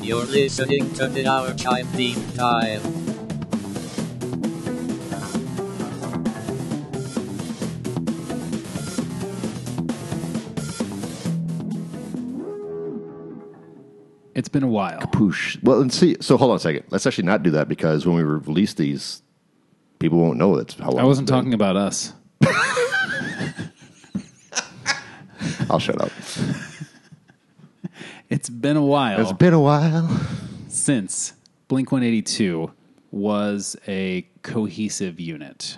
You're listening to the Hour Time Deep Dive. It's been a while. Poosh. Well, and see, so hold on a second. Let's actually not do that because when we release these, people won't know that's how long. I wasn't it's talking about us. been. I'll shut up. It's been a while Oh. It's been a while. since Blink 182 was a cohesive unit.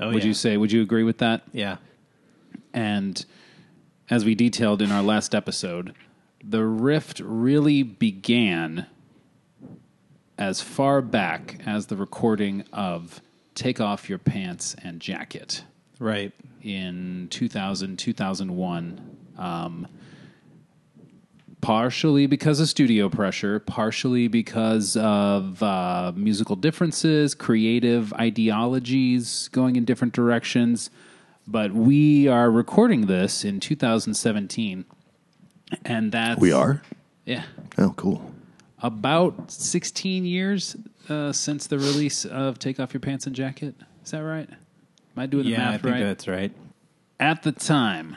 Oh, would yeah. you say, would you agree with that? Yeah. And as we detailed in our last episode, the rift really began as far back as the recording of Take Off Your Pants and Jacket. Right. in 2000, 2001, um, partially because of studio pressure, partially because of uh, musical differences, creative ideologies going in different directions. But we are recording this in 2017, and that's. We are. Yeah. Oh, cool. About 16 years uh, since the release of Take Off Your Pants and Jacket. Is that right? Am I doing the Yeah, math I think right? that's right. at the time,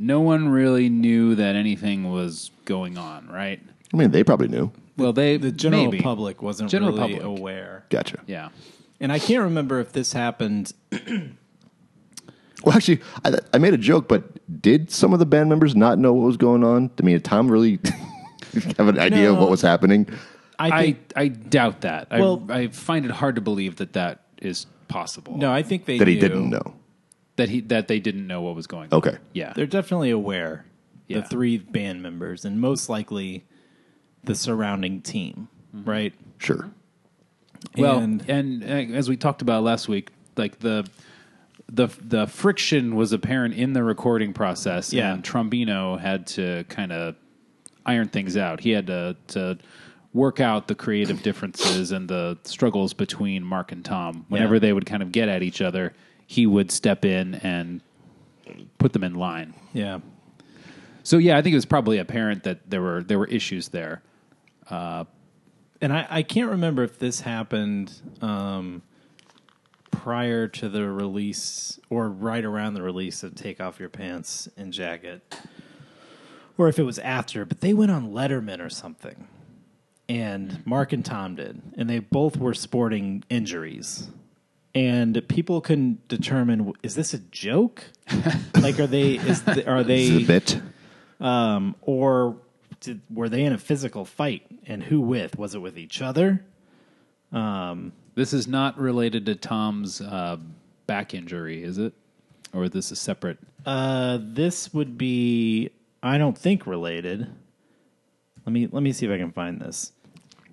no one really knew that anything was going on, right? I mean, they probably knew. Well, they The general maybe. public wasn't General really public. aware. Gotcha. Yeah, And I can't remember if this happened. Well, actually, I, I made a joke, but did some of the band members not know what was going on? I mean, did Tom really have an idea of No. what was happening? I I think I doubt that. Well- I I find it hard to believe that that is possible. no, I think they That he knew. didn't know. that he that they didn't know what was going. on. Okay. Yeah. They're definitely aware. Yeah. The three band members and most likely the surrounding team, Mm-hmm. right? Sure. Well, and and, uh, as we talked about last week, like the the the friction was apparent in the recording process. Yeah. and Trombino had to kind of iron things out. He had to to work out the creative differences and the struggles between Mark and Tom. Whenever Yeah. they would kind of get at each other, he would step in and put them in line. yeah. So yeah, I think it was probably apparent that there were there were issues there. And I, I can't remember if this happened um, prior to the release or right around the release of Take Off Your Pants and Jacket, or if it was after, but they went on Letterman or something. And Mark and Tom did. And they both were sporting injuries. And people couldn't determine is this a joke? like, are they, is the, are they, Is it a bit? um, or did, were they in a physical fight? And who with? Was it with each other? This is not related to Tom's uh, back injury, is it? Or this is separate? Uh, this would be, I don't think, related. Let me let me see if I can find this.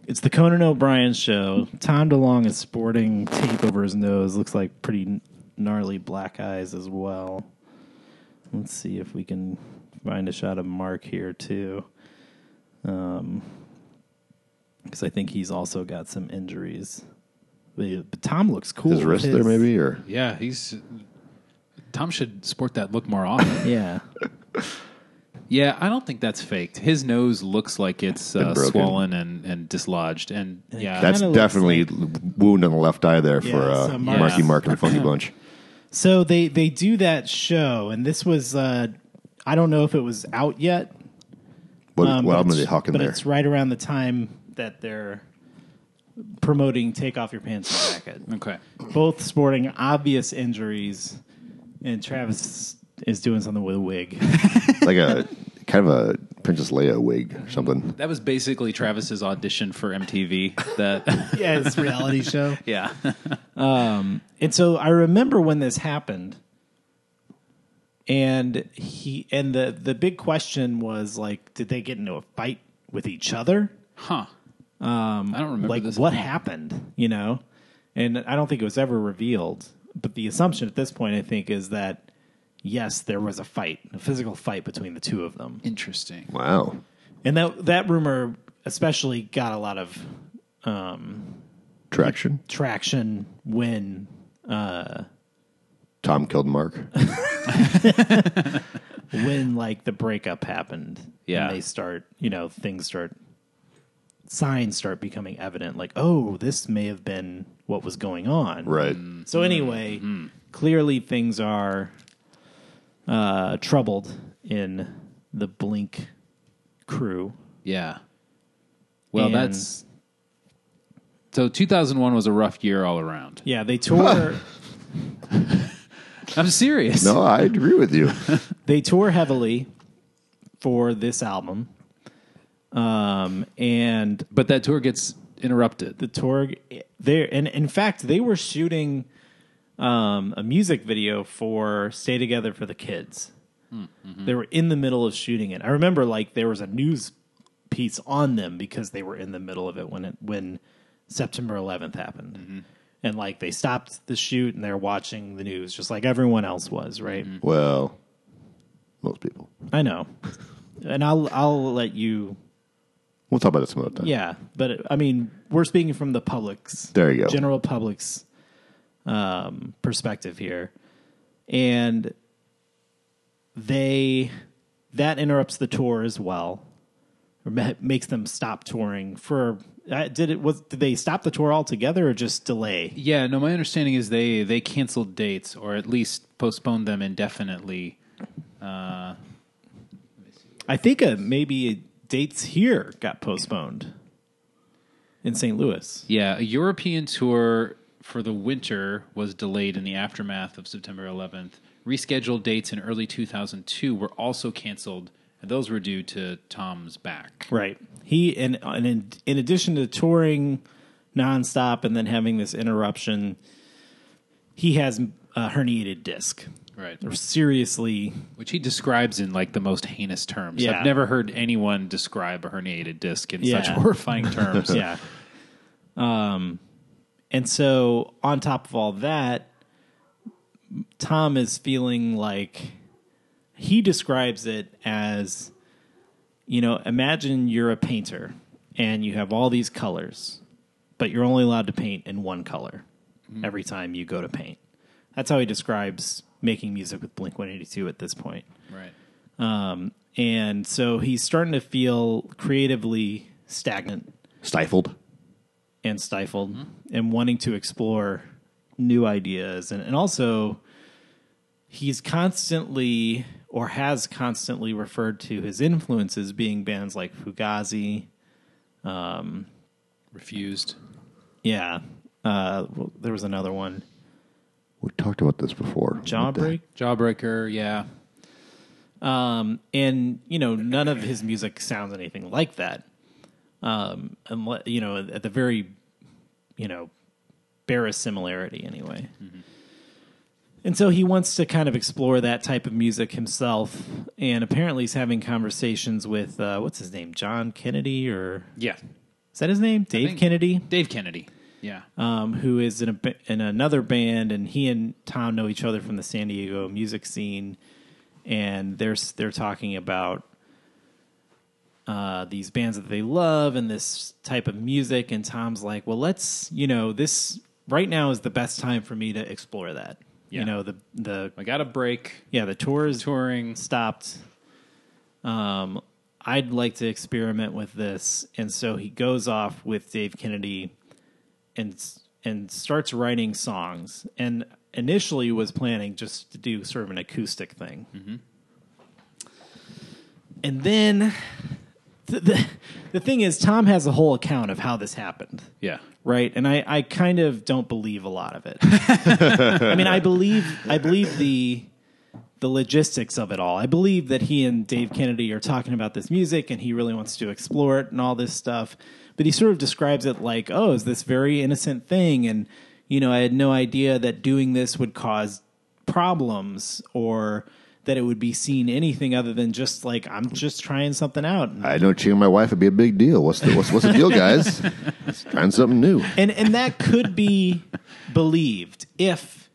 It's the Conan O'Brien show. Tom DeLong is sporting tape over his nose. Looks like pretty gnarly black eyes as well. Let's see if we can find a shot of Mark here too. Um, because I think he's also got some injuries. But, but Tom looks cool. His with wrist there, his- maybe? Or Yeah, he's. Tom should sport that look more often. Yeah. yeah, I don't think that's faked. His nose looks like it's uh, broken. swollen and, and dislodged, and yeah, that's Kinda looks definitely wound on the left eye there Yeah, for uh, so Mark- Marky Yeah. Mark and the Funky Bunch. So they they do that show, and this was uh, I don't know if it was out yet. What, um, what but album it's- are they hawking but there? it's right around the time that they're promoting "Take Off Your Pants and Jacket." okay. Both sporting obvious injuries, and Travis is doing something with a wig. like a kind of a Princess Leia wig or something. That was basically Travis's audition for MTV. That yeah, it's a reality show. yeah, And so I remember when this happened, and he and the the big question was like, did they get into a fight with each other? huh? Um, I don't remember like this. what happened, you know? And I don't think it was ever revealed, but the assumption at this point I think is that yes, there was a fight, a physical fight between the two of them. Interesting. Wow. And that that rumor especially got a lot of um Traction. traction when uh Tom killed Mark. when like the breakup happened. Yeah. And they start, you know, things start signs start becoming evident like oh this may have been what was going on Right. so anyway Mm-hmm. clearly things are uh troubled in the blink crew Yeah. Well, And- that's so 2001 was a rough year all around. yeah they tour I'm serious. No, I agree with you. they tour heavily for this album um and But that tour gets interrupted. the tour there and in fact they were shooting um, a music video for stay together for the kids they were in the middle of shooting it i remember like there was a news piece on them because they were in the middle of it when it when september 11th happened and like they stopped the shoot and they're watching the news just like everyone else was right Mm-hmm. well, most people. i know and i'll i'll let you We'll talk about it some other time. Yeah, but I mean, we're speaking from the public's There you go. general public's um, perspective here, and they that interrupts the tour as well, or ma- makes them stop touring for. Uh, did it was did they stop the tour altogether or just delay? Yeah, no, my understanding is they they canceled dates or at least postponed them indefinitely. I think uh, maybe dates here got postponed in St. Louis. Yeah, a European tour for the winter was delayed in the aftermath of September 11th. Rescheduled dates in early 2002 were also canceled, and those were due to Tom's back. Right. He and and in, in addition to touring nonstop and then having this interruption, he has a herniated disc. Right. Seriously, Which he describes in like the most heinous terms. Yeah. I've never heard anyone describe a herniated disc in Yeah. such horrifying terms. yeah. Um, and so on top of all that, Tom is feeling like he describes it as, you know, imagine you're a painter and you have all these colors, but you're only allowed to paint in one color every time you go to paint. That's how he describes making music with Blink 182 at this point. Right. Um, and so he's starting to feel creatively stagnant Stifled. and stifled and wanting to explore new ideas and, and also he's constantly or has constantly referred to his influences being bands like fugazi Refused. yeah uh, well, there was another one We talked about this before. jawbreak Jawbreaker, yeah. um, and you know none of his music sounds anything like that um, unless, you know at the very you know barest similarity anyway and so he wants to kind of explore that type of music himself and apparently he's having conversations with uh, what's his name john kennedy or Yeah. is that his name dave think- kennedy Dave Kennedy. Yeah. um, who is in a ba- in another band, and he and Tom know each other from the San Diego music scene, and they're s- they're talking about uh, these bands that they love and this type of music, and Tom's like, well, let's you know this right now is the best time for me to explore that. Yeah. You know the the I got a break. yeah the tour is Touring. stopped. Um, I'd like to experiment with this, and so he goes off with Dave Kennedy, and and starts writing songs. And initially was planning just to do sort of an acoustic thing, and then the, the the thing is, Tom has a whole account of how this happened Yeah. right and i i kind of don't believe a lot of it i mean i believe i believe the the logistics of it all i believe that he and dave kennedy are talking about this music and he really wants to explore it and all this stuff but he sort of describes it like oh is this very innocent thing and you know i had no idea that doing this would cause problems or that it would be seen anything other than just like i'm just trying something out and I know cheating on my wife would be a big deal. What's the what's, what's the deal, guys? Let's Trying something new. and and that could be believed if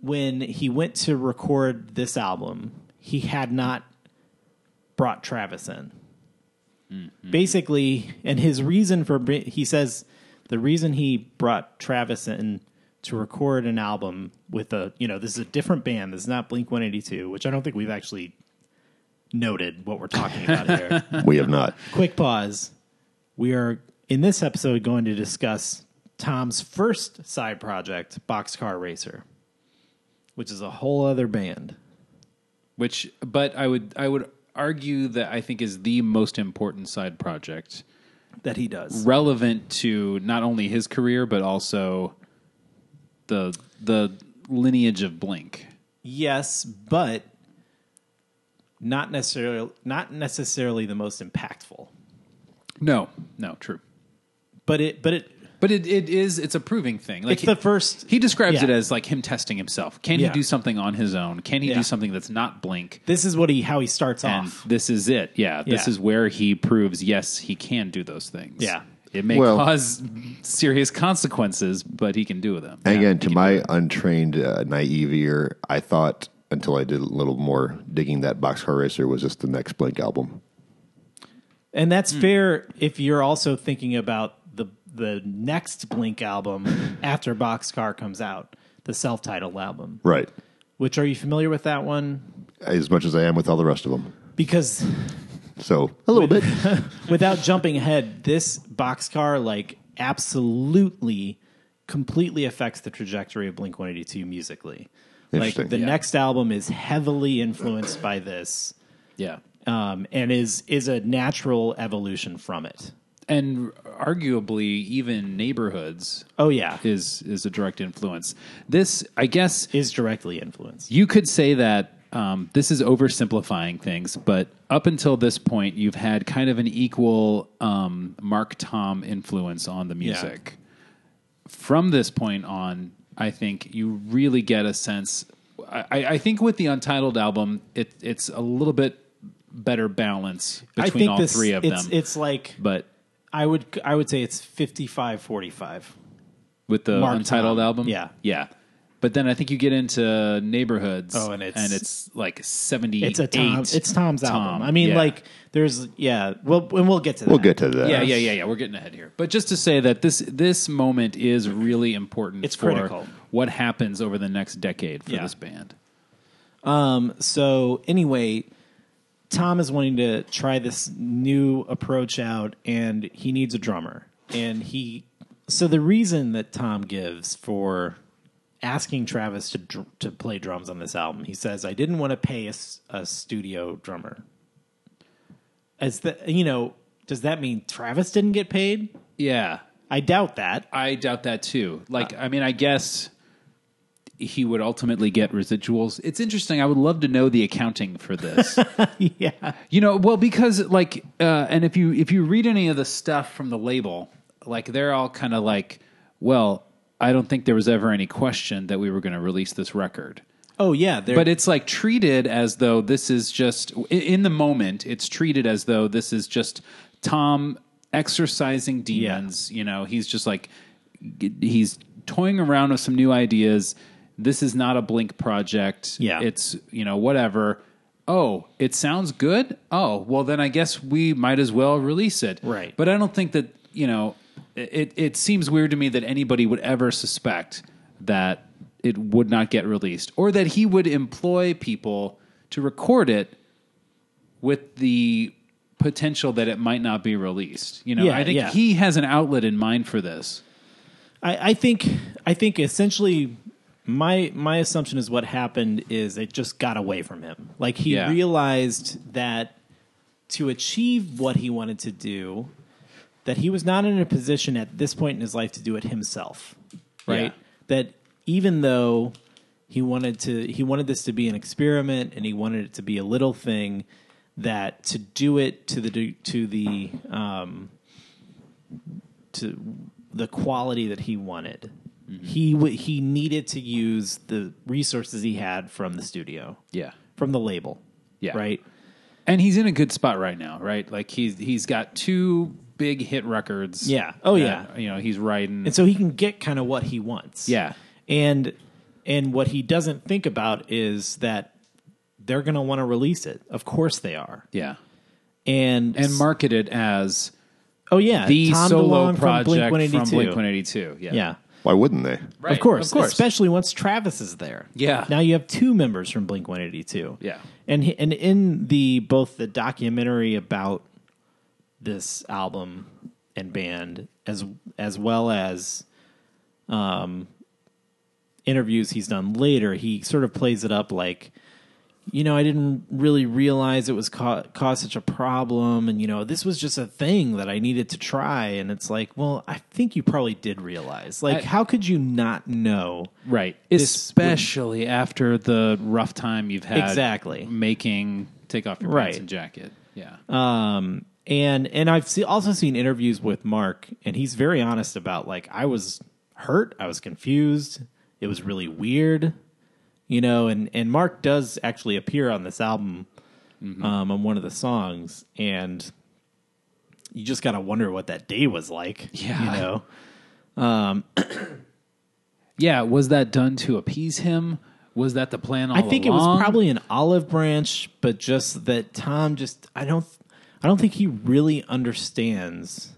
when he went to record this album he had not brought travis in basically and his reason for bri- he says the reason he brought travis in to record an album with a you know this is a different band this is not blink 182 which i don't think we've actually noted what we're talking about here We have not. quick pause We are in this episode going to discuss Tom's first side project, Boxcar Racer, which is a whole other band. Which, but I would I would argue that I think is the most important side project, that he does. relevant to not only his career but also the the lineage of Blink. Yes, but not necessarily not necessarily the most impactful. No, no, true. But it but it But it, it is it's a proving thing. Like It's the first- He describes yeah. it as like him testing himself. Can Yeah. he do something on his own? Can he Yeah. do something that's not Blink? this is what he how he starts And off. this is it. Yeah, this Yeah. is where he proves yes, he can do those things. Yeah. It may Well- cause serious consequences, but he can do them. Again, to my untrained uh, naive ear, I thought until I did a little more digging that Boxcar Racer was just the next Blink album. And Hmm. that's fair if you're also thinking about the the next Blink album after Boxcar comes out, the self-titled album. Right. Which are you familiar with that one? As much as I am with all the rest of them. Because So a little bit. without jumping ahead, this Boxcar like absolutely completely affects the trajectory of Blink 182 musically. Like Interesting. the Yeah. next album is heavily influenced by this Yeah. um, and is is a natural evolution from it. And arguably even neighborhoods Oh yeah. is is a direct influence. This I guess Is directly influenced. You could say that um, this is oversimplifying things, but up until this point, you've had kind of an equal um, Mark Tom influence on the music. From this point on, I think you really get a sense. I, I I think with the Untitled album, it, it's a little bit better balance I between think all this- three of it's, them. It's like but I would I would say it's 55-45. with the Mark Untitled Tom. album, Yeah. yeah. But then I think you get into neighborhoods, Oh, and it's- like seventy. It's a Tom. It's Tom's album. I mean, like uh, there's yeah. Well, and we'll get to that. we'll get to that. Yeah, yeah, yeah, yeah. We're getting ahead here, but just to say that this this moment is really important. It's for critical. What happens over the next decade for Yeah. this band? So anyway, Tom is wanting to try this new approach out, and he needs a drummer. And he, so the reason that Tom gives for asking Travis to dr- to play drums on this album, he says, "I didn't want to pay a, s- a studio drummer." As the you know, does that mean Travis didn't get paid? Yeah, I doubt that. I doubt that too. Like, Uh, I mean, I guess he would ultimately get residuals. It's interesting. I would love to know the accounting for this. yeah, You know, well, because like, uh, and if you if you read any of the stuff from the label, like they're all kind of like, well, I don't think there was ever any question that we were going to release this record. Oh yeah, there- But it's like treated as though this is just i- in the moment. It's treated as though this is just Tom exercising demons. You know, he's just like g- he's toying around with some new ideas. This is not a blink project. Yeah. it's you know whatever. Oh, it sounds good. Oh, well then I guess we might as well release it. Right. But I don't think that you know. It it seems weird to me that anybody would ever suspect that it would not get released, or that he would employ people to record it with the potential that it might not be released. You know, Yeah, I think yeah. he has an outlet in mind for this. I, I think I think essentially my my assumption is what happened is it just got away from him. Like he Yeah. realized that to achieve what he wanted to do, that he was not in a position at this point in his life to do it himself. Right? Yeah. That even though he wanted to he wanted this to be an experiment and he wanted it to be a little thing that to do it to the to the um to the quality that he wanted. Mm-hmm. He w- he needed to use the resources he had from the studio, Yeah. from the label, Yeah. right. And he's in a good spot right now, right? Like he's he's got two big hit records. Yeah. Oh, that, yeah. You know, he's riding And so he can get kind of what he wants. Yeah. and and what he doesn't think about is that they're going to want to release it. Of course they are. Yeah. And And marketed as oh yeah, the Tom solo DeLonge project from Blink from Blink 182. 182. Yeah. Yeah. Why wouldn't they? Right, of course, of course. especially once Travis is there. Yeah. now you have two members from Blink One Eighty Two. Yeah. and he, and in the both the documentary about this album and band as as well as um interviews he's done later he sort of plays it up like you know i didn't really realize it was ca- caused such a problem and you know this was just a thing that i needed to try and it's like well i think you probably did realize like I- how could you not know Right. This Especially after the rough time you've had Exactly. making take off your Right. pants and jacket. Yeah. Um, and and I've see, also seen interviews with Mark, and he's very honest about like I was hurt, I was confused, it was really weird, you know. And and Mark does actually appear on this album, um, on one of the songs, and you just gotta wonder what that day was like, Yeah. You know, yeah. Was that done to appease him? Was that the plan all I think it along? was probably an olive branch, but just that Tom just I don't I don't think he really understands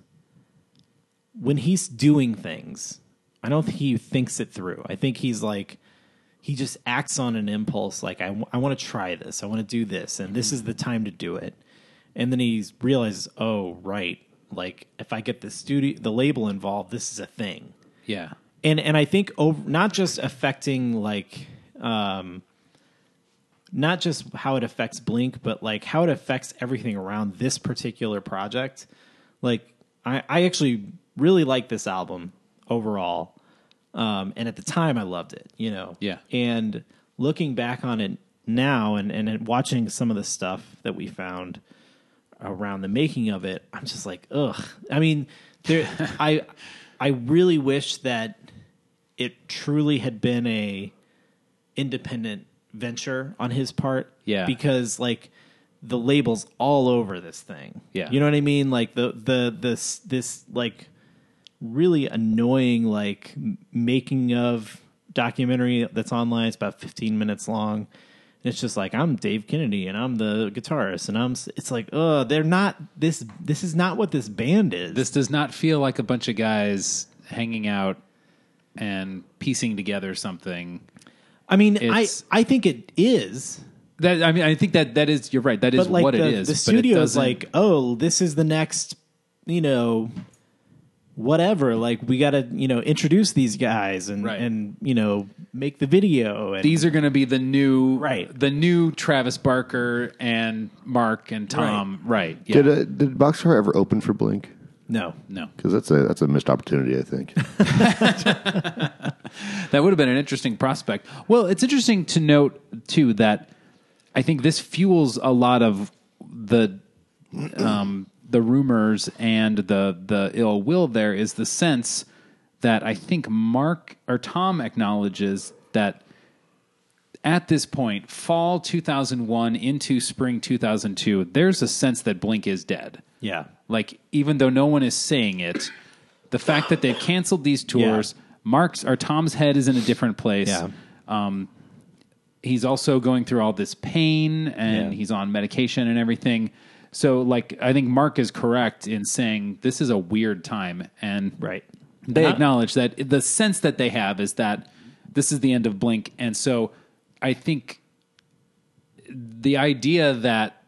when he's doing things. I don't think he thinks it through. I think he's like he just acts on an impulse like I want to try this. I want to do this and this is the time to do it. And then he realizes, "Oh, right. Like if I get the studio the label involved, this is a thing." Yeah. and and I think over, not just affecting like um not just how it affects Blink, but like how it affects everything around this particular project. Like I, I actually really like this album overall. Um, and at the time I loved it, you know. Yeah. And looking back on it now and, and watching some of the stuff that we found around the making of it, I'm just like, ugh. I mean, there I I really wish that it truly had been a independent venture on his part. Yeah. Because like the labels all over this thing. Yeah. You know what I mean? Like the the this this like really annoying like m- making of documentary that's online. It's about 15 minutes long. And it's just like I'm Dave Kennedy and I'm the guitarist and I'm s- it's like oh they're not this this is not what this band is. This does not feel like a bunch of guys hanging out and piecing together something. I mean I it's- I think it is. That I mean, I think that that is you're right. That is but like what the, it is. the but it studio is doesn't- like, oh, this is the next, you know, whatever. Like we got to, you know, introduce these guys and Right. and you know make the video and these are going to be the new Right. the new Travis Barker and Mark and Tom. Right. Yeah. Did uh, did Boxcar ever open for Blink? no, no. Because that's a that's a missed opportunity, I think. That would have been an interesting prospect. Well, it's interesting to note too that I think this fuels a lot of the um, the rumors and the the ill will. There is the sense that I think Mark or Tom acknowledges that at this point, fall 2001 into spring 2002, there's a sense that Blink is dead. yeah, Like, even though no one is saying it, the fact that they've canceled these tours, Mark's or Tom's head is in a different place. Yeah. Um, he's also going through all this pain and Yeah. he's on medication and everything. So, like, I think Mark is correct in saying this is a weird time. And right, they And I- acknowledge that the sense that they have is that this is the end of Blink. And so I think the idea that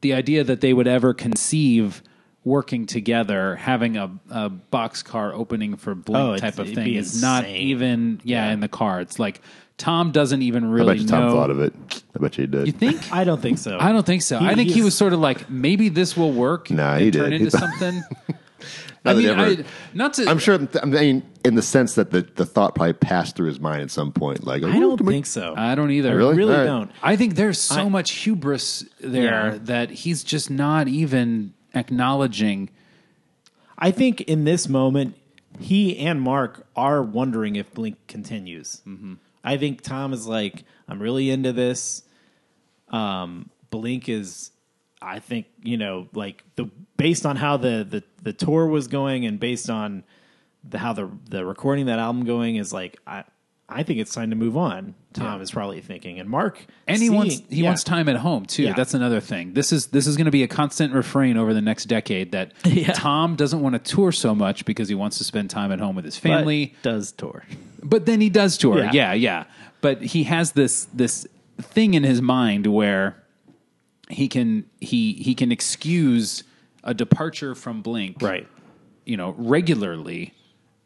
the idea that they would ever conceive working together, having a, a boxcar opening for Oh, Blink it's- type of it'd thing be is not insane. even yeah, Yeah. in the cards. Like Tom doesn't even I really bet you Tom know. thought of it. I bet you he did. You think? I don't think so. I don't think so. I think he he's- was sort of like, maybe this will work. Nah, and he turn did. into He thought- something. I Not that mean, he ever- I, not to. I'm sure. I mean, in the sense that the, the thought probably passed through his mind at some point. Like, I don't "Ooh, think so. I I don't either. Really? really All right. don't. I think there's so much hubris there Yeah. that he's just not even acknowledging. I think in this moment, he and Mark are wondering if Blink continues. Mm-hmm. I think Tom is like, I'm really into this. Um, Blink is, I think you know, like the based on how the the the tour was going and based on the how the the recording that album going is like, I I think it's time to move on. Tom is probably thinking, and Mark, And he wants seeing- he yeah. wants time at home too. Yeah. That's another thing. This is this is going to be a constant refrain over the next decade that Yeah. Tom doesn't want to tour so much because he wants to spend time at home with his but family. does tour. but then he does tour. Yeah. Yeah. yeah, But he has this this thing in his mind where he can he he can excuse a departure from Blink, Right. You know, regularly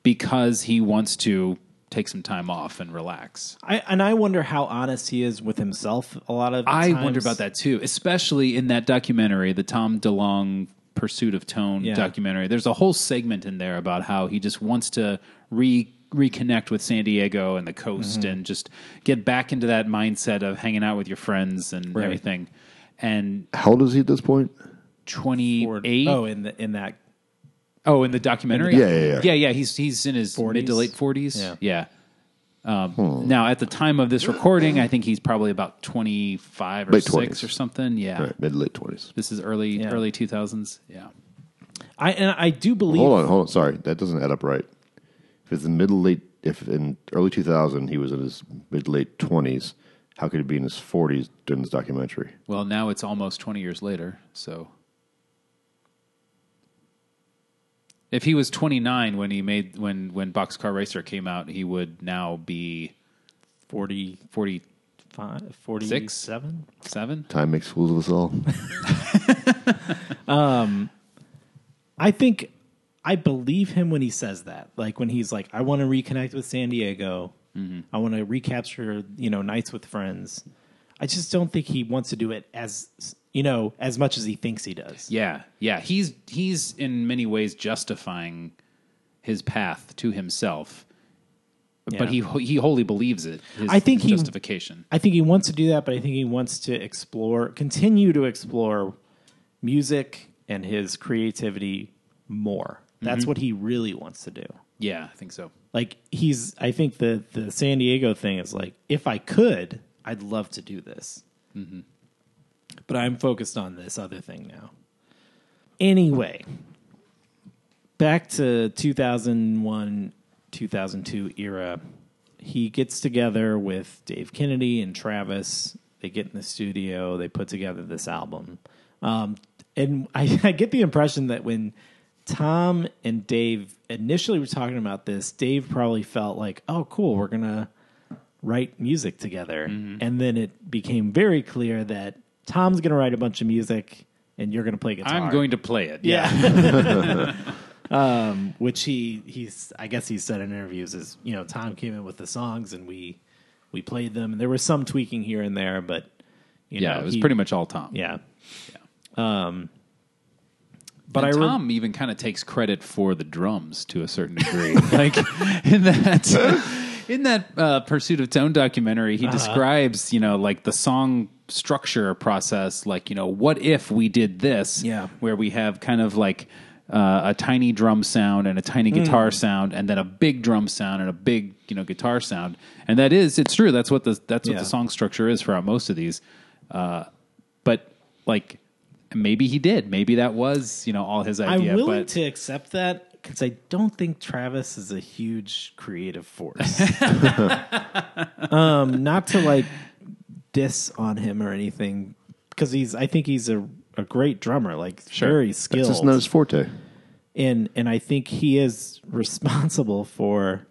because he wants to take some time off and relax. I, and I wonder how honest he is with himself a lot of I times. wonder about that too, especially in that documentary, the Tom DeLong Pursuit of Tone Yeah. documentary. There's a whole segment in there about how he just wants to re reconnect with San Diego and the coast Mm-hmm. and just get back into that mindset of hanging out with your friends and Right. everything. And How old is he at this point? 28 Oh, in the, in that Oh, in the documentary, Yeah, yeah, yeah. yeah, He's he's in his 40s? mid to late forties. Yeah. Um, Hmm. Now, at the time of this recording, I think he's probably about twenty five or Late six 20s. or something. Yeah, Right, mid late twenties. this is early Yeah. early two thousands. Yeah, I and I do believe Hold on, hold on. Sorry, that doesn't add up right. If it's in middle late, if in early two thousand he was in his mid late twenties, how could he be in his forties during this documentary? Well, now it's almost 20 years later. So if he was 29 when he made when when Boxcar Racer came out, he would now be 45, 47. 47? Time makes fools of us all. I think I believe him when he says that. Like when he's like, I want to reconnect with San Diego. Mm-hmm. I want to recapture, you know, nights with friends. I just don't think he wants to do it as you know as much as he thinks he does. Yeah. Yeah, he's he's in many ways justifying his path to himself. Yeah. But he he wholly believes it. His, I think his he- justification. I think he wants to do that, but I think he wants to explore, continue to explore music and his creativity more. That's what he really wants to do. Yeah, I think so. Like he's, I think the the San Diego thing is like, if I could, I'd love to do this, but I'm focused on this other thing now. Anyway, back to 2001 2002 era he gets together with dave kennedy and travis they get in the studio they put together this album um, and I, I get the impression that when tom and dave initially were talking about this dave probably felt like oh cool we're gonna write music together Mm-hmm. and then it became very clear that tom's gonna write a bunch of music and you're gonna play guitar I'm going to play it. yeah. um, which he he's I guess he said in interviews is you know Tom came in with the songs and we we played them and there was some tweaking here and there but you Yeah, know, it was he- pretty much all Tom. yeah But I re- Tom even kind of takes credit for the drums to a certain degree. like in that in that uh, Pursuit of Tone documentary, Uh-huh. he describes you know like the song structure process. Like you know, what if we did this? Yeah. where we have kind of like. Uh, a tiny drum sound and a tiny Hmm. guitar sound, and then a big drum sound and a big you know guitar sound, and that is it's true. That's what the that's what Yeah. the song structure is throughout most of these. Uh, but like maybe he did. Maybe that was you know all his I'm idea. willing but to accept that because I don't think Travis is a huge creative force um, not to like diss on him or anything because he's I think he's a a great drummer like very skilled It's just not his forte. and and I think he is responsible for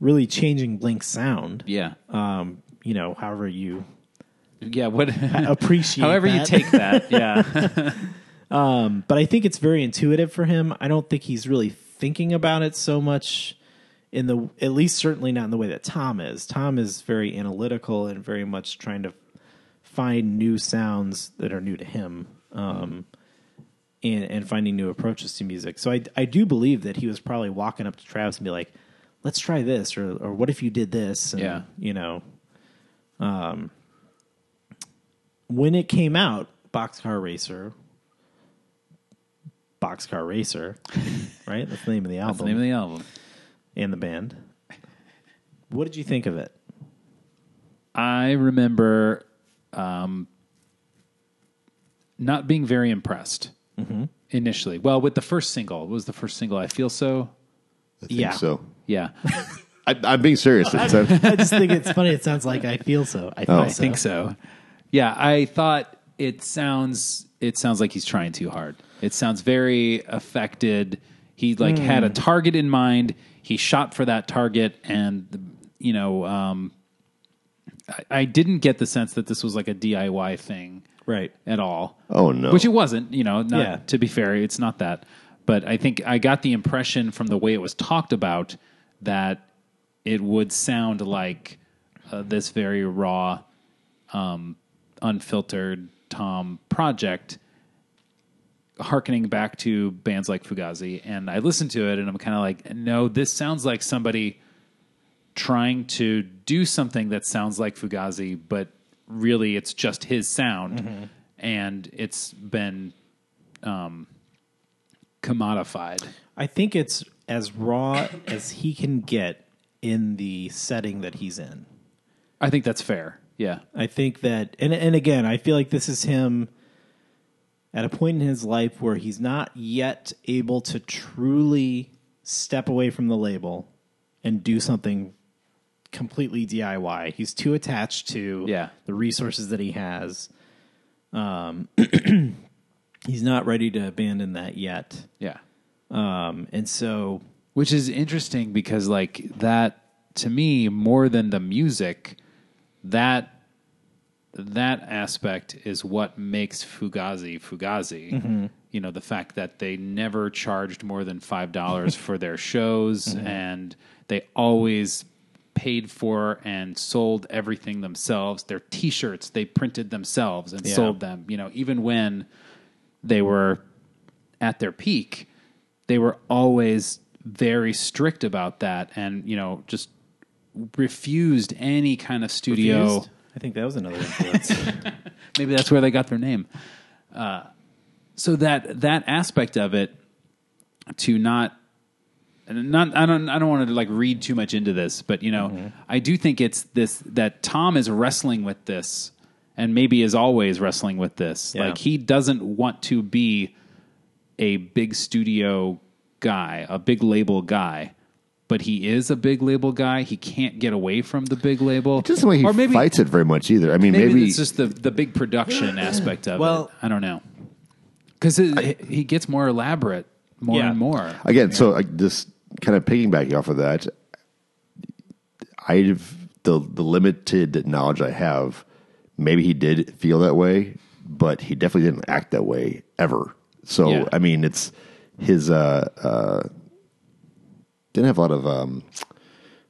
really changing Blink's sound. yeah, Um, you know, however you yeah. What? appreciate however you that. take that. Yeah, but I think it's very intuitive for him. I don't think he's really thinking about it so much in the at least certainly not in the way that Tom is. Tom is very analytical and very much trying to find new sounds that are new to him. Um and, and finding new approaches to music. So I, I do believe that he was probably walking up to Travis and be like, let's try this, or, or what if you did this? And, Yeah. You know, um, when it came out, Boxcar Racer, Boxcar Racer, right? That's the name of the that's the album name of the album. and the band. What did you think of it? I remember um, not being very impressed Mm-hmm. initially. Well, with the first single, what was the first single? I feel so. I think Yeah. so. Yeah, I, I'm being serious. It's, uh, I just think it's funny. It sounds like I feel so. I, I think so. Yeah, I thought it sounds it sounds like he's trying too hard. It sounds very affected. He like had a target in mind. He shot for that target, and you know, um, I, I didn't get the sense that this was like a DIY thing. Right. at all. Oh, no. Which it wasn't, you know, not, Yeah. to be fair, it's not that. But I think I got the impression from the way it was talked about that it would sound like uh, this very raw, um, unfiltered Tom project, harkening back to bands like Fugazi. And I listened to it and I'm kind of like, no, this sounds like somebody trying to do something that sounds like Fugazi, but really it's just his sound, and it's been um, commodified. I think it's as raw as he can get in the setting that he's in. I think that's fair. Yeah, I think that, and and again, I feel like this is him at a point in his life where he's not yet able to truly step away from the label and do something completely DIY. He's too attached to Yeah. the resources that he has. Um, he's not ready to abandon that yet, yeah. um, and so Which is interesting because, like that, to me, more than the music, that that aspect is what makes Fugazi Fugazi. You know, the fact that they never charged more than five dollars for their shows, and they always paid for and sold everything themselves. Their T-shirts they printed themselves and Yeah. sold them. You know, even when they were at their peak, they were always very strict about that, and you know, just refused any kind of studio I think that was another influence. maybe that's where they got their name. Uh, so that that aspect of it to not and not I don't I don't want to like read too much into this, but you know Mm-hmm. I do think it's this that Tom is wrestling with this and maybe is always wrestling with this. Yeah. Like he doesn't want to be a big studio guy, a big label guy. But he is a big label guy. He can't get away from the big label. It doesn't like he or maybe fights it very much either. I mean, maybe, maybe, it's just the the big production aspect of Well- it. I don't know because he gets more elaborate more Yeah. and more. again. So like, this kind of piggybacking off of that, I've the the limited knowledge I have. Maybe he did feel that way, but he definitely didn't act that way ever. So Yeah. I mean, it's his uh, uh, didn't have a lot of um,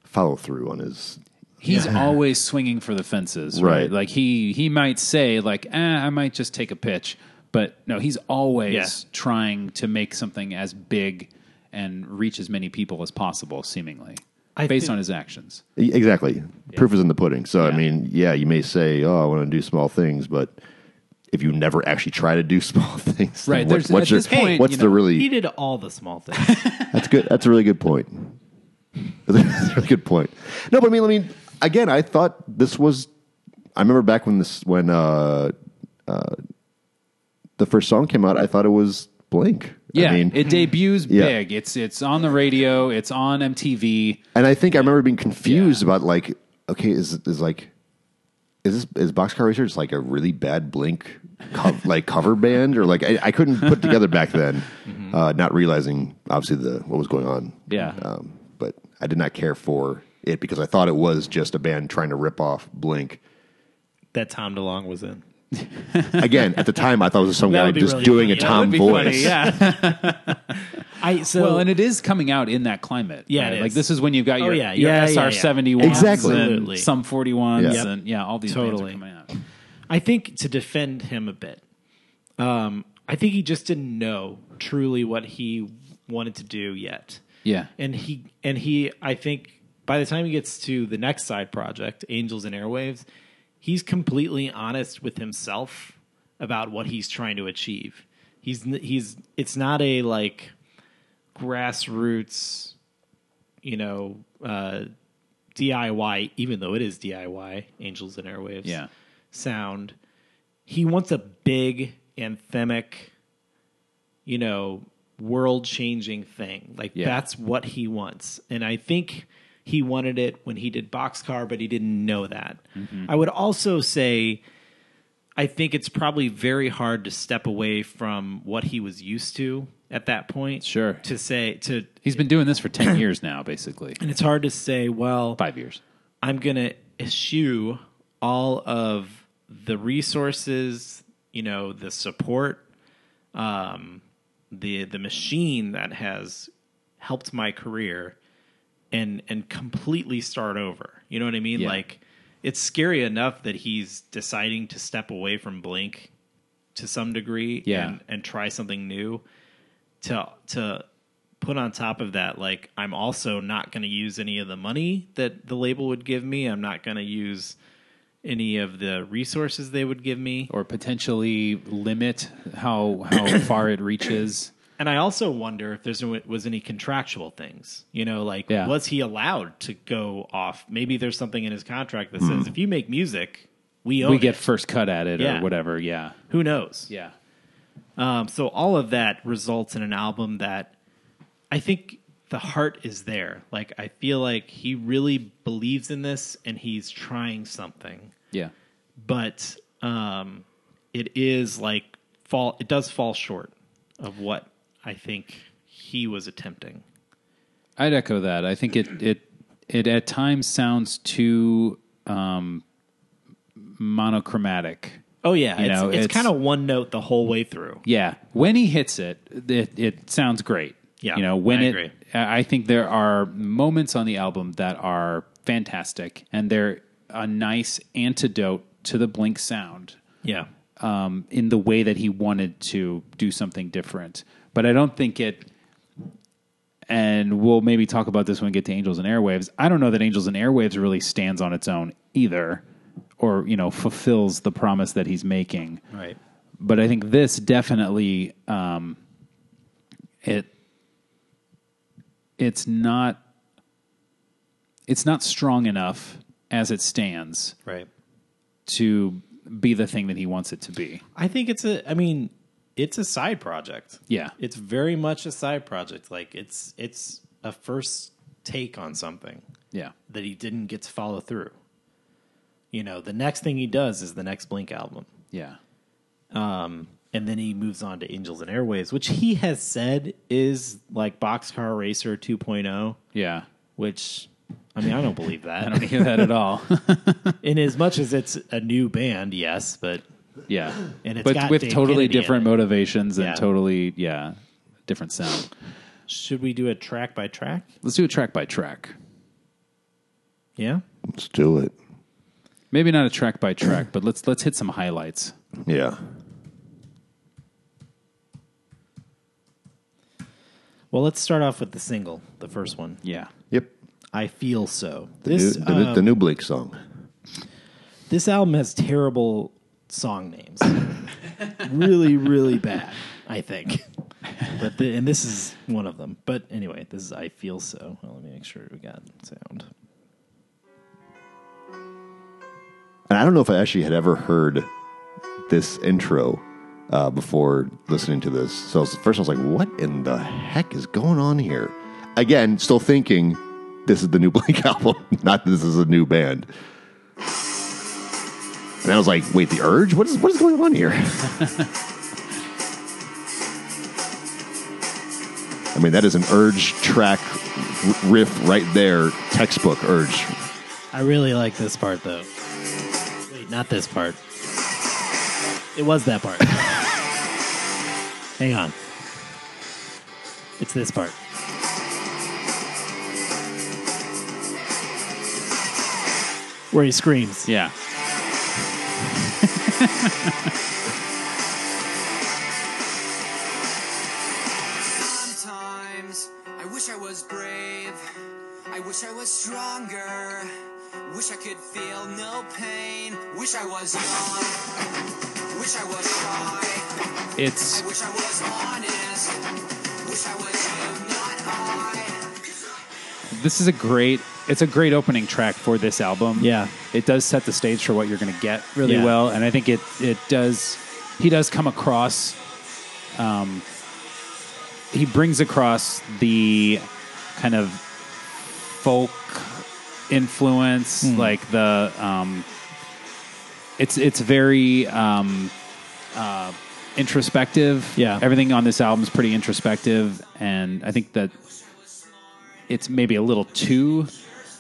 follow through on his. He's always swinging for the fences, right? Right. Like he he might say like, eh, "I might just take a pitch," but no, he's always Yeah. trying to make something as big and reach as many people as possible, seemingly I based think- on his actions. E- Exactly, proof is in the pudding. So I Yeah. mean, yeah, you may say, "Oh, I want to do small things," but if you never actually try to do small things, then Right, what- there's- what's at your, this point, what's you the know, really he did all the small things. That's good. That's a really good point. That's a really good point. No, but I mean, I mean, again, I thought this was. I remember back when this when uh, uh, the first song came out, I thought it was Blink. Yeah, I mean, it debuts Yeah. big. It's it's on the radio. It's on MTV. and I think I remember being confused about like, okay, is is like, is this is Boxcar Racer just like a really bad Blink co- like cover band or like I, I couldn't put it together back then, Mm-hmm. uh, not realizing obviously the what was going on. Yeah. um, but I did not care for it because I thought it was just a band trying to rip off Blink. that Tom DeLong was in. Again, at the time, I thought it was some That guy would be just really doing funny. a That Tom voice. yeah. I so Well, and it is coming out in that climate. Yeah, right? it like is. this is when you've got your, Oh, yeah, your yeah, yeah, SR yeah. seventy one, Exactly. and some forty ones, Yeah. and yeah, all these Totally. bands are coming out. I think to defend him a bit, um, I think he just didn't know truly what he wanted to do yet. Yeah. and he and he, I think by the time he gets to the next side project, Angels and Airwaves, he's completely honest with himself about what he's trying to achieve. He's n- he's it's not a like grassroots, you know, uh, DIY. Even though it is DIY, Angels and Airwaves, Yeah. sound. He wants a big anthemic, you know, world changing thing. Like Yeah. that's what he wants. And I think he wanted it when he did Boxcar, but he didn't know that. Mm-hmm. I would also say I think it's probably very hard to step away from what he was used to at that point. Sure. To say to He's been doing this for ten years now, basically and it's hard to say, well, five years. I'm going to eschew all of the resources, you know the support um, the the machine that has helped my career and and completely start over. You know what I mean? Yeah. Like it's scary enough that he's deciding to step away from Blink to some degree Yeah. and, and try something new to to put on top of that like I'm also not going to use any of the money that the label would give me. I'm not going to use any of the resources they would give me. or potentially limit how how far it reaches. And I also wonder if there's was any contractual things. You know, like Yeah. was he allowed to go off? Maybe there's something in his contract that says if you make music, we own. Hmm. We it." get first cut at it Yeah. or whatever. Yeah, who knows. yeah. Um, so all of that results in an album that I think the heart is there. Like I feel like he really believes in this and he's trying something. Yeah. but um, it is like fall. It does fall short of what I think he was attempting. I'd echo that. I think it it it at times sounds too um monochromatic. Oh yeah, You it's, know, it's, it's- kind of one note the whole way through. Yeah. When he hits it, it it sounds great. Yeah, You know, when I it agree. I I think there are moments on the album that are fantastic and they're a nice antidote to the blink sound. Yeah, um, in the way that he wanted to do something different. But I don't think it. And we'll maybe talk about this when we get to Angels and Airwaves. I don't know that Angels and Airwaves really stands on its own either, or you know fulfills the promise that he's making. right. But I think this definitely um, it it's not it's not strong enough as it stands Right. to be the thing that he wants it to be. I think it's a. I mean, it's a side project. Yeah. it's very much a side project. Like it's it's a first take on something Yeah. that he didn't get to follow through. You know, the next thing he does is the next Blink album. Yeah. and then he moves on to Angels and Airwaves, which he has said is like Boxcar Racer 2.0, Yeah. which I mean, I don't believe I that. don't hear that at all. In as much as it's a new band, yes, but yeah. And it's but got with Dave totally Kennedy in different it. motivations Yeah. and totally, yeah, different sound. should we do a track by track? Let's do it track by track. Yeah. Let's do it. Maybe not a track by track, but let's let's hit some highlights. Yeah. Well, let's start off with the single, the first one. Yeah. Yep. I feel so. The, this new, the, new- uh, the new Blink song. this album has terrible song names. really, really bad, I think. But the, and this is one of them. But anyway, this is I feel so. Well, let me make sure we got sound. And I don't know if I actually had ever heard this intro uh, before listening to this. So at first I was like, what in the heck is going on here? Again, still thinking this is the new Blink album, not this is a new band. And I was like, wait, The Urge? What is, what is going on here? I mean, that is an Urge track r- riff right there, textbook Urge. I really like this part though. Wait, not this part. It was that part. Hang on. It's this part. Where he screams. Yeah. Sometimes I wish I was brave. I wish I was stronger. Wish I could feel no pain. Wish I was young. Wish I was shy. It's Wish I was honest. Wish I was you, not I. this is a great it's a great opening track for this album. Yeah. It does set the stage for what you're going to get really Yeah. well and I think it it does he does come across um he brings across the kind of folk influence Hmm. like the um it's it's very um uh introspective. Yeah. Everything on this album is pretty introspective and I think that it's maybe a little too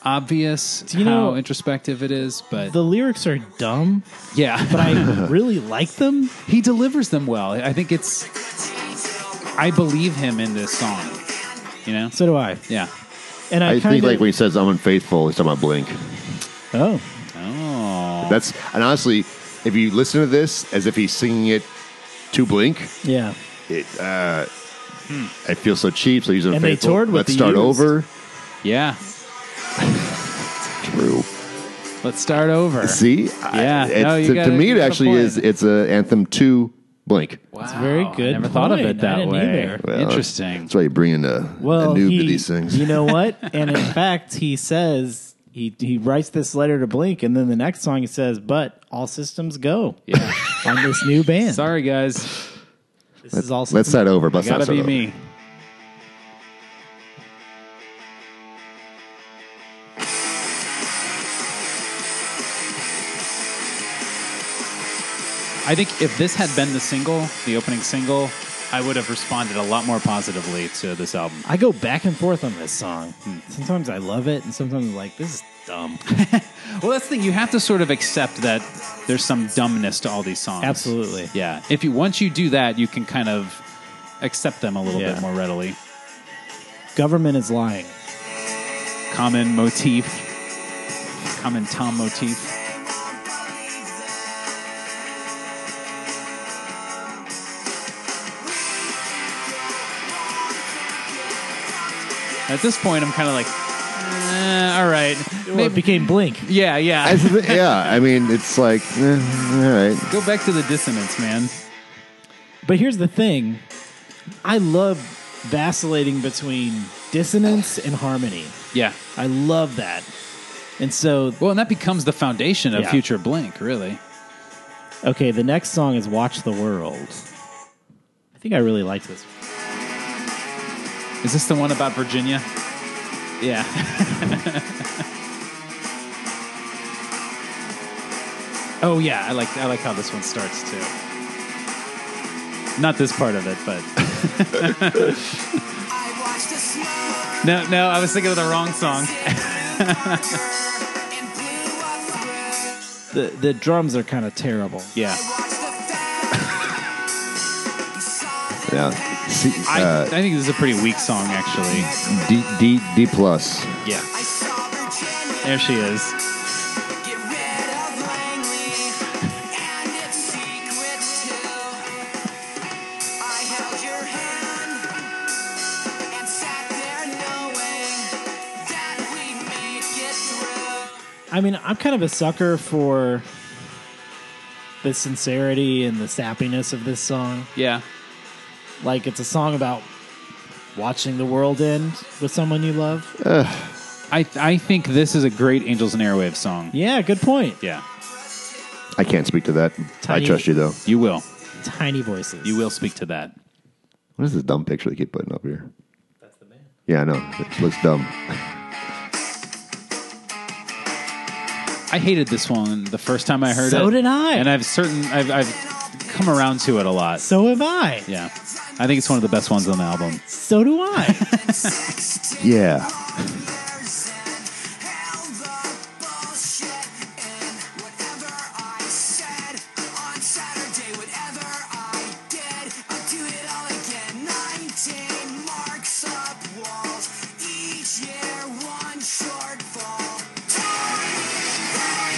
obvious you how know- introspective it is, but The lyrics are dumb, yeah, but I really like them. he delivers them well. I think it's I believe him in this song. You know? So do I. Yeah. And I, I kind think of like when he says I'm unfaithful, he's talking about Blink. oh, Oh. That's and honestly, if you listen to this as if he's singing it to Blink, yeah. it uh, I feel so cheap. So he's they unfaithful. toured Let's with the start Used. over. Yeah. True. Let's start over. See, I- Yeah. it's- No, you to, gotta- to me you it gotta actually point. is. It's an anthem to Blink. Wow. very I good never thought of point. it I that didn't way. either. Well, Interesting. That's why you bring in a, Well, a noob he, to these things. you know what? And in fact, he says he he writes this letter to Blink, and then the next song he says, "But all systems go Yeah. on this new band." Sorry guys. this is all. Let's start over. Let's not Gotta start be over. me. I think if this had been the single, the opening single, I would have responded a lot more positively to this album. I go back and forth on this song. Sometimes I love it, and sometimes I'm like, "This is dumb." Well, that's the thing. You have to sort of accept that there's some dumbness to all these songs. Absolutely. Yeah. If you once you do that, you can kind of accept them a little Yeah. bit more readily. Government is lying. Common motif, common Tom motif. At this point, I'm kind of like, eh, all right, Well, it Maybe- became Blink. yeah, yeah. That's the thing- yeah, I mean, it's like, eh, all right. Go back to the dissonance, man. But here's the thing I love vacillating between dissonance and harmony. Yeah. I love that. And so, Well, and that becomes the foundation of Yeah. future Blink, really. okay, the next song is Watch the World. I think I really liked this. one. Is this the one about Virginia? Yeah. oh yeah, I like I like how this one starts too. Not this part of it, but I watched the smoke no, no, I was thinking of the wrong song. and blew up through. The, the drums are kind of terrible. Yeah, I watched the fire. You saw the Yeah. C, I, uh, I think this is a pretty weak song actually. D, D, D plus. Yeah, I saw Virginia there she is. get rid of Langley and its secret too. I held your hand and sat there knowing that we'd make it through. I mean, I'm kind of a sucker for the sincerity and the sappiness of this song. Yeah, Like, it's a song about watching the world end with someone you love. I I think this is a great Angels and Airwaves song. Yeah, good point. Yeah, I can't speak to that. Tiny- I trust you though. you will, Tiny voices. you will speak to that. What is this dumb picture they keep putting up here? That's the man. Yeah, I know. It looks dumb. I hated this one the first time I heard it. So did I. And I've certain I've, I've come around to it a lot. So have I. Yeah, I think it's one of the best ones on the album. So do I. Yeah.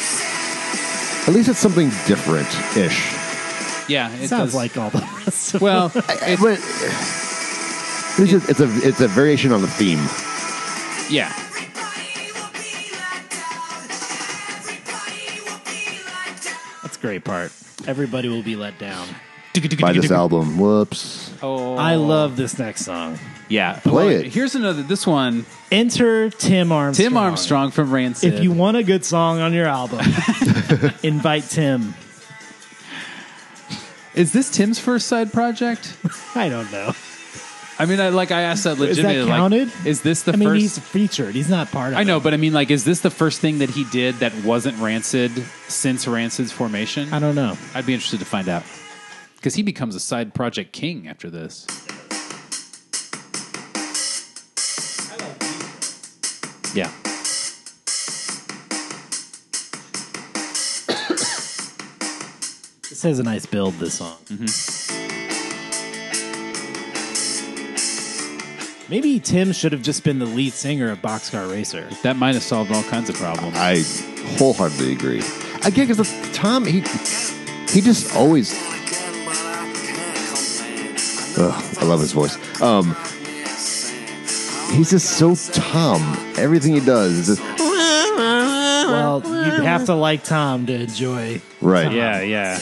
At least it's something different ish. Yeah, it Sounds does- like all the rest of well, it's, But it's, just, it's a it's a variation on the theme. yeah. That's a great part. Everybody will be let down. by this album. Whoops. Oh, I love this next song. yeah. Play Well, it. Here's another. This one, Enter Tim Armstrong. Tim Armstrong from Rancid. If you want a good song on your album, invite Tim. is this Tim's first side project? I don't know. I mean, I like I asked that Is that legitimately. like, counted? is this the I mean, first? he's featured. He's not part of I know, it. but I mean, like, is this the first thing that he did that wasn't Rancid since Rancid's formation? I don't know. I'd be interested to find out because he becomes a side project king after this. Yeah, This has a nice build. This song. Mm-hmm. Maybe Tim should have just been the lead singer of Boxcar Racer. That might have solved all kinds of problems. I wholeheartedly agree. Again, because Tom, he he just always. Ugh, I love his voice. Um, he's just so Tom. Everything he does is just Well, you'd have to like Tom to enjoy. right, yeah, yeah.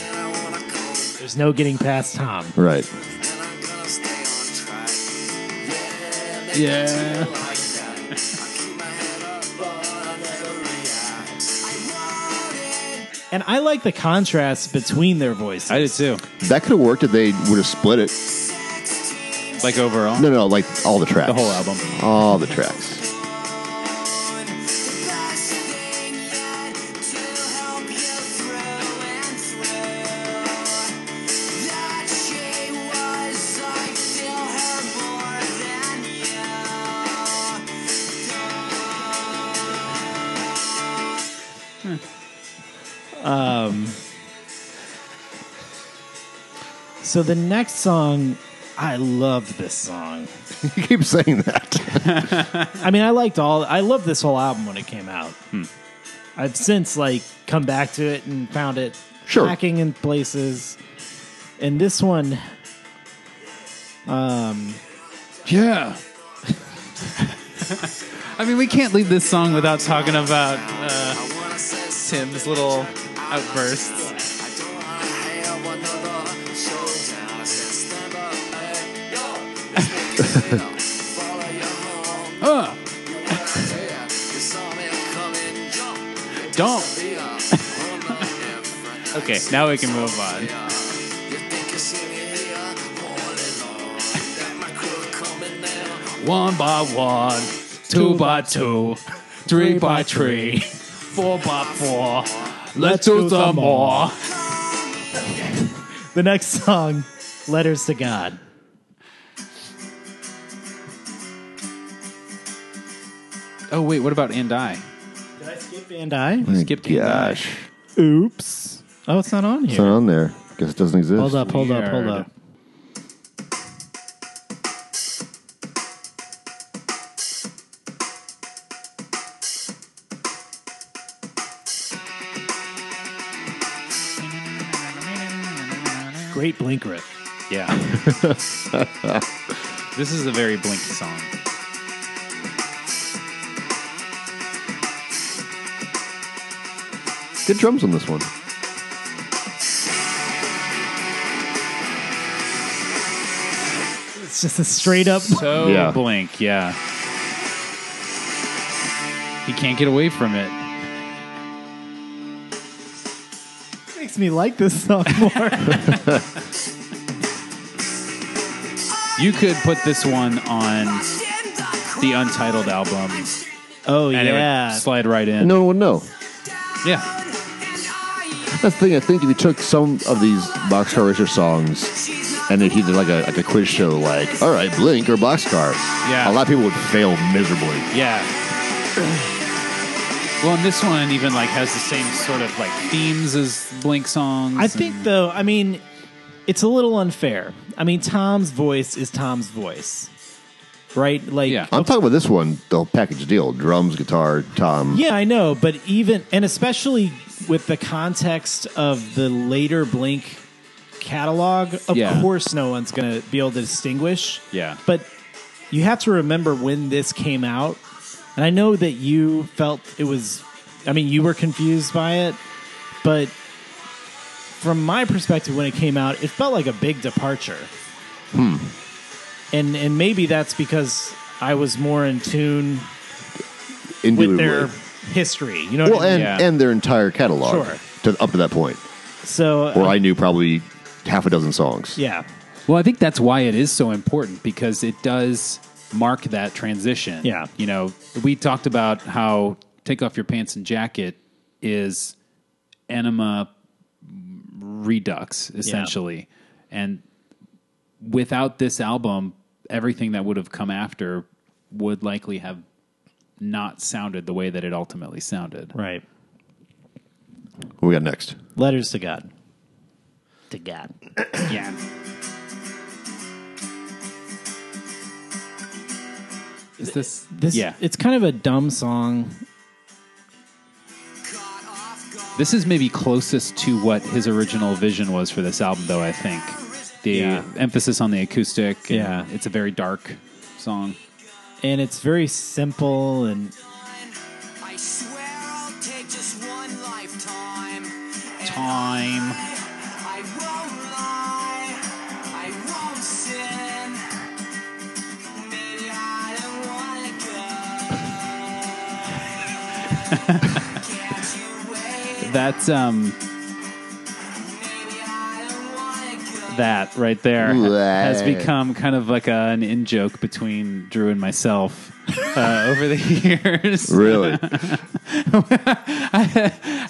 There's no getting past Tom. right. Yeah. And I like the contrast between their voices. I did too. That could have worked if they would have split it. Like overall, No, no, like all the tracks, the whole album. all the tracks. So the next song, I loved this song. You keep saying that. I mean, I liked all. I loved this whole album when it came out. Hmm. I've since like come back to it and found it Sure. lacking in places. And this one, Yeah. I mean, we can't leave this song without talking about uh, Tim's little outbursts. Uh, don't. Okay, now we can move on. One by one, two by two, three by three, four by four. Let's do some more. the next song, "Letters to God." Oh wait, what about and I? Did I skip and I? Skip the Gosh, Oops. Oh, it's not on it's not here. on there. Guess it doesn't exist. Hold up, hold up, hold Weird. up. Great blink riff. Yeah. this is a very blink song. Good drums on this one. It's just a straight up. So Yeah. blink, yeah. He can't get away from it. makes me like this song more. You could put this one on the Untitled album, oh and it yeah. would slide right in. No one would know. Yeah, That's the thing. I think if you took some of these Boxcar Racer songs and then he did like a like a quiz show, like all right, Blink or Boxcar, Yeah. a lot of people would fail miserably. yeah. Well, and this one even like has the same sort of like themes as Blink songs. I think and- though, I mean, it's a little unfair. I mean, Tom's voice is Tom's voice, right? Like, Yeah. I'm talking about this one, the whole package deal: drums, guitar, Tom. Um, Yeah, I know, but even and especially with the context of the later Blink catalog, of Yeah. course, no one's going to be able to distinguish. Yeah. but you have to remember when this came out, and I know that you felt it was. I mean, you were confused by it, but from my perspective, when it came out, it felt like a big departure. Hmm. And and maybe that's because I was more in tune with Indubitably. their history. You know well, what I mean? and yeah. and their entire catalog Sure. to, up to that point, So where uh, I knew probably half a dozen songs. yeah. Well, I think that's why it is so important because it does mark that transition. Yeah. You know, we talked about how Take Off Your Pants and Jacket is enema redux, essentially. And without this album, everything that would have come after would likely have not sounded the way that it ultimately sounded. Right. What we got next? Letters to God. to God. Yeah. Is this This, Yeah. it's kind of a dumb song. Caught off guard. This is maybe closest to what his original vision was for this album, though. I think the Yeah. emphasis on the acoustic. and Yeah. it's a very dark song. and it's very simple and I swear I'll take just one lifetime. And Time. I, I won't lie. I won't sin. Maybe I don't wanna go. Can't you wait? That um, Maybe I don't wanna go. that right there Right. has become kind of like a, an in joke between Drew and myself uh, over the years. Really?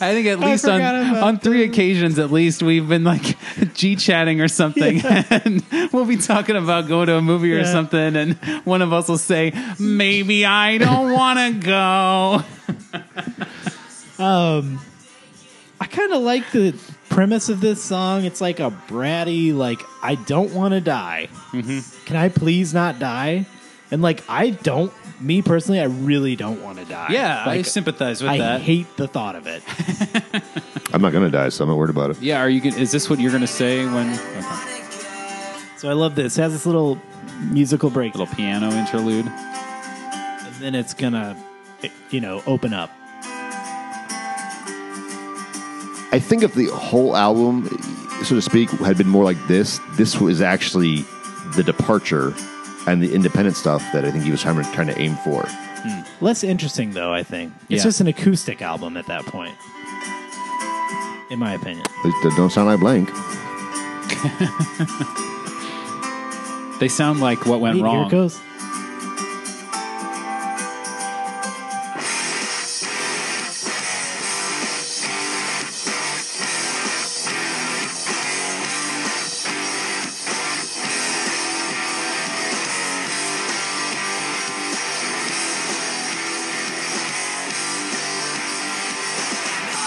I think at least on on three occasions, at least we've been like g chatting or something, and we'll be talking about going to a movie or something, and one of us will say, "Maybe I don't want to go." I kind of like the premise of this song. It's like a bratty like I don't want to die. Mm-hmm. Can I please not die? And like I don't me personally I really don't want to die. Yeah, I Like, sympathize with I that. hate the thought of it. I'm not gonna die, so I'm not worried about it. yeah, are you? Gonna, is this what you're going to say when okay. So I love this. It has this little musical break little piano interlude? and then it's going to you know open up. I think if the whole album, so to speak, had been more like this, this was actually the departure and the independent stuff that I think he was trying to, trying to aim for. Less interesting though, I think. It's Yeah. just an acoustic album at that point. In my opinion. They, they don't sound like blank. They sound like what went Wait, wrong. Here it goes.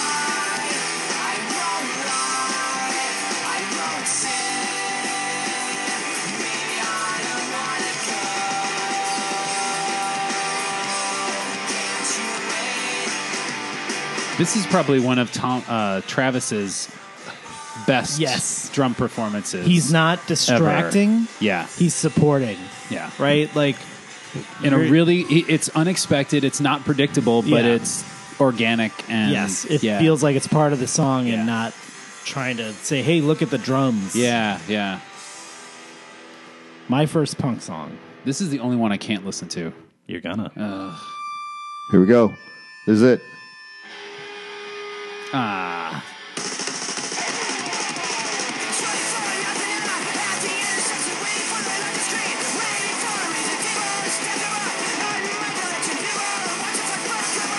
I won't lie. I won't sin. Maybe I don't wanna go. Can't you wait? This is probably one of Tom uh, Travis's best Yes. drum performances. He's not ever. distracting. Yeah, He's supporting, yeah. right? Like in a Very- really i- it's unexpected it's not predictable but Yeah. it's organic and yes, it yeah. feels like it's part of the song Yeah. and not trying to say, "Hey, look at the drums." yeah yeah my first punk song. this is the only one i can't listen to You're gonna. Here we go. This is it. Ah.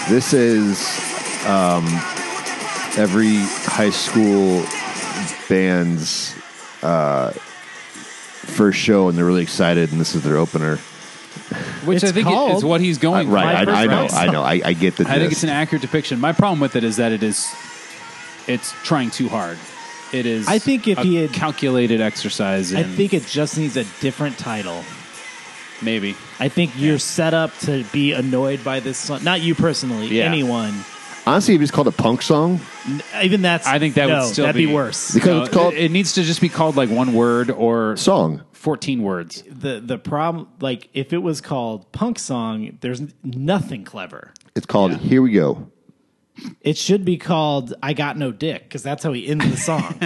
This is um, every high school band's uh, first show, and they're really excited, and this is their opener. which i It's think called- is what he's I- going for. Uh, right, I, I know, round. I know, I, I get the. I think gist. it's an accurate depiction my problem with it is that it is it's trying too hard it is I think if a he had- calculated exercise in, I think it just needs a different title. maybe I think you're set up to be annoyed by this song. Not you personally, Yeah. anyone. honestly, if you just called it a punk song, Even that's. I think that would no, still that'd be, be- worse. because No, it's called it, it needs to just be called like one word or song. 14 words The the problem, like if it was called punk song, there's n- nothing clever. It's called "Here We Go." It should be called "I Got No Dick" because that's how he ends the song,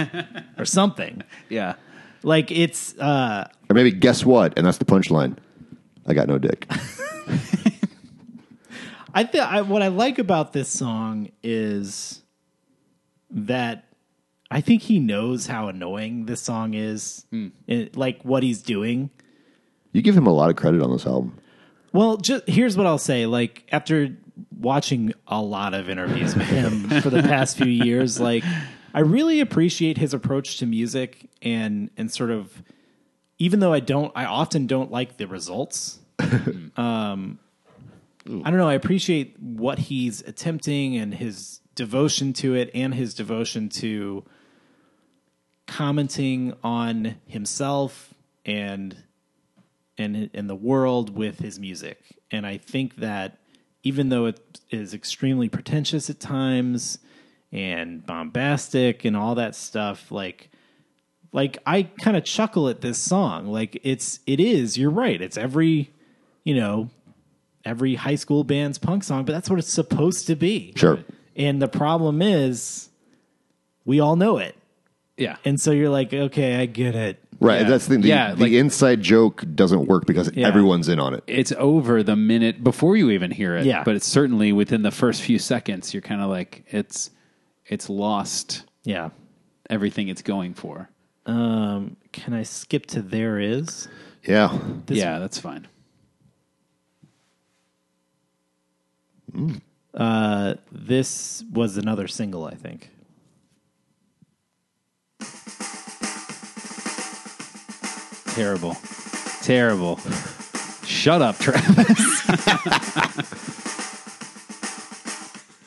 or something. yeah Like it's uh Or maybe guess what? And that's the punchline. I got no dick. I think I, what I like about this song is that I think he knows how annoying this song is, It- like what he's doing. you give him a lot of credit on this album. Well, just here's what I'll say: like after watching a lot of interviews with him for the past few years, like I really appreciate his approach to music and and sort of, even though I don't, I often don't like the results. um, I don't know. I appreciate what he's attempting and his devotion to it, and his devotion to commenting on himself and and and the world with his music. And I think that even though it is extremely pretentious at times and bombastic and all that stuff, like like I kind of chuckle at this song. Like it's it is, you're right. It's every, you know, every high school band's punk song, but that's what it's supposed to be. Sure. And the problem is we all know it. Yeah. And so you're like, okay, I get it. Right. That's the thing. The, Yeah, the like- inside joke doesn't work because everyone's in on it. it's over the minute before you even hear it. Yeah. But it's certainly within the first few seconds, you're kind of like, it's it's lost Yeah. everything it's going for. Um, can I skip to there is? Yeah. yeah, that's fine. Uh, this was another single, I think. Terrible. Terrible. Shut up, Travis.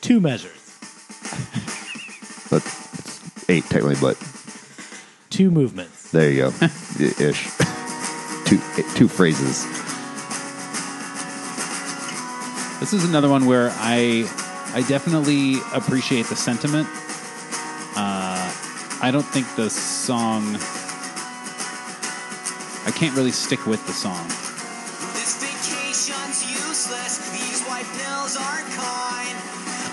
Two measures, But it's eight technically, but two movements. there you go. I- Ish. two two phrases. This is another one where I I definitely appreciate the sentiment. Uh, I don't think the song. I can't really stick with the song. This vacation's useless. These white pills aren't kind.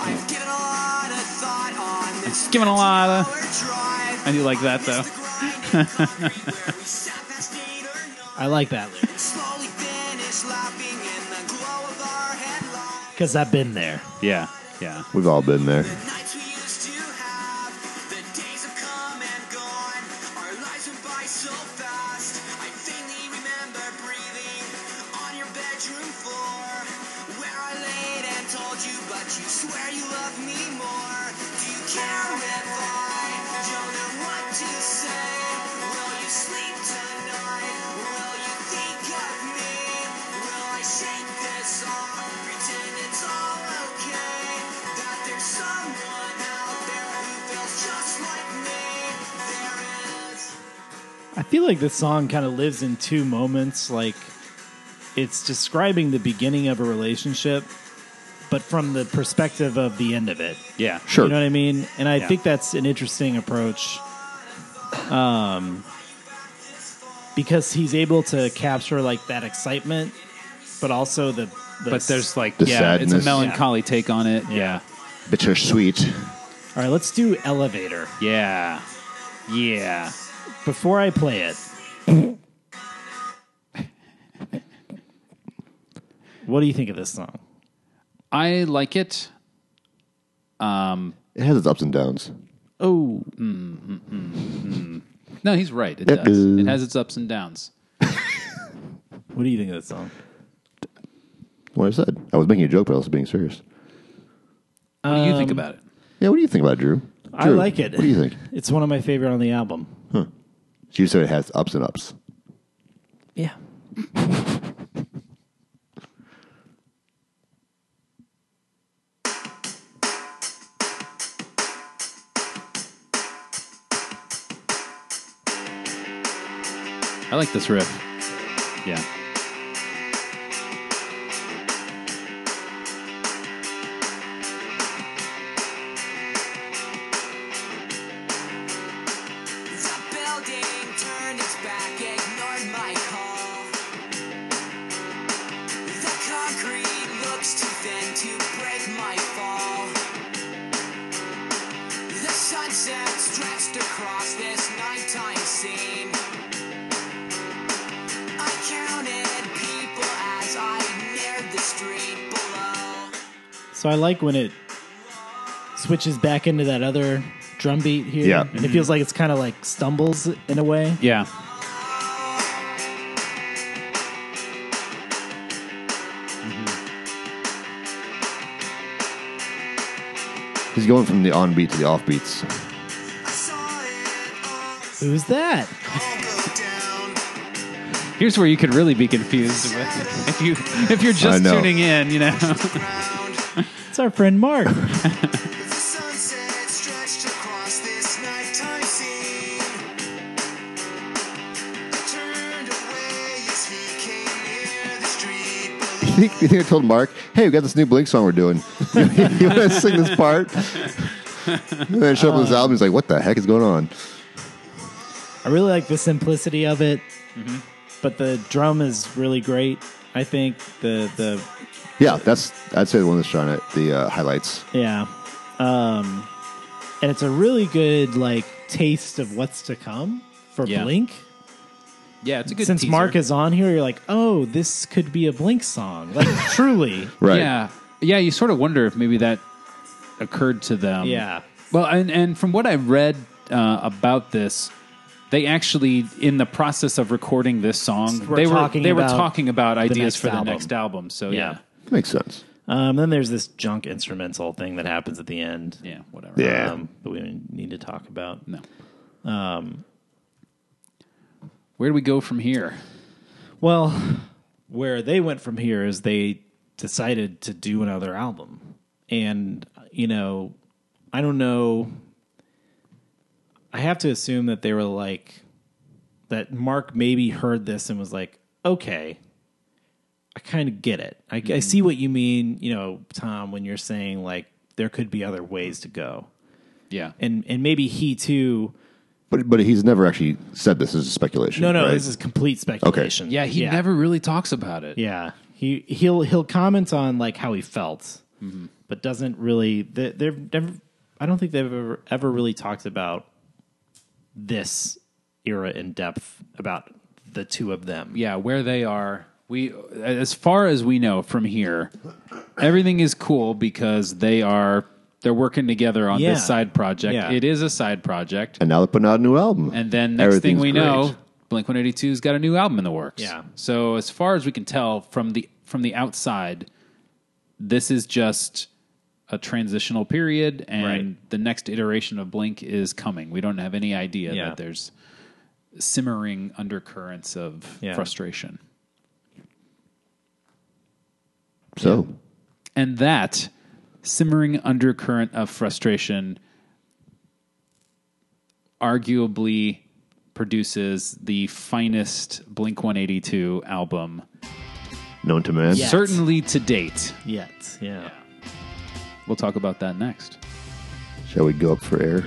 I've given a lot of thought on this. It's given a lot of. drive. I do like that though. It's the grind in concrete where we sat past eight or nine. I like that lyric Slowly finish lapping in the glow of our headlights. because I've been there. Yeah, yeah. We've all been there. The nights we used to have, the days have come and gone. Our lives went by so fast. I faintly remember breathing on your bedroom floor, where I laid and told you, but you swear you love me more. Do you care if I don't know what to say? Will you sleep tonight? Will you think of me? Will I shake this off? Pretend it's all okay. That there's someone out there who feels just like me. There is. I feel like this song kind of lives in two moments. Like it's describing the beginning of a relationship, but from the perspective of the end of it. Yeah. Sure. You know what I mean? And I Yeah. think that's an interesting approach. Um, because he's able to capture like that excitement, but also the, the But there's like, The yeah, it's sadness. a melancholy take on it. Yeah. Bittersweet. all right. Let's do elevator Yeah. Yeah. before I play it. what do you think of this song? I like it. It has its ups and downs. Oh, No, he's right. It It does. is. It has its ups and downs. what do you think of this song? What I said. I was making a joke, but I was being serious. What do you think about it? Yeah, what do you think about it, Drew? I Drew, like it. What do you think? It's one of my favorite on the album. You said it has ups and ups. Yeah. I like this riff. Yeah. The building turned its back, ignored my call. The concrete looks too thin to break my fall. The sunset stretched across this nighttime scene. I counted people as I neared the street below. So I like when it switches back into that other drum beat here. Yeah. And it feels like it's kind of like stumbles in a way. Yeah. He's going from the on beat to the off beats. I saw it all Who's that? go down. Here's where you could really be confused with- if you if you're just know. tuning in, you know. It's our friend Mark. The sunset stretched across this nighttime scene. think, you think I told Mark, hey, we got this new Blink song we're doing. you want to sing this part? And then I showed up Uh. with this album. He's like, what the heck is going on? I really like the simplicity of it, Mm-hmm. but the drum is really great. I think the the Yeah, that's I'd say the one that's shot at the uh, highlights. yeah, um, and it's a really good like taste of what's to come for Yeah. Blink. Yeah, it's a good Since teaser. Mark is on here, you're like, oh, this could be a Blink song. Like truly, Right. Yeah. Yeah, you sort of wonder if maybe that occurred to them. Yeah. Well, and, and from what I read uh, about this, they actually, in the process of recording this song, We're they were talking they were about talking about ideas next for the album. next album. So yeah, Makes sense. Um, then there's this junk instrumental thing that happens at the end. yeah, whatever. Yeah. Um, that we don't need to talk about. No. Um, Where do we go from here? Well, where they went from here is they decided to do another album. And, you know, I don't know. I have to assume that they were like, that Mark maybe heard this and was like, okay, I kind of get it. I, Mm-hmm. I see what you mean, you know, Tom, when you're saying like there could be other ways to go. Yeah. And, and maybe he too. But but he's never actually said this. This is speculation. No, no, right? this is complete speculation. yeah, he never really talks about it. Yeah, he he'll he'll comment on like how he felt, but doesn't really. They, they're never. I don't think they've ever ever really talked about this era in depth about the two of them. yeah, where they are. We, as far as we know from here, everything is cool because they are they're working together on Yeah. this side project. Yeah. It is a side project, and now they're putting out a new album. and then next thing Everything's we great. know, Blink One Eighty Two's got a new album in the works. Yeah. So as far as we can tell from the from the outside, this is just a transitional period, and Right. the next iteration of Blink is coming. We don't have any idea Yeah. that there's simmering undercurrents of Yeah. frustration. so And that simmering undercurrent of frustration arguably produces the finest Blink 182 album, known to man. Yeah. certainly to date. Yet, yeah. We'll talk about that next. Shall we go up for air?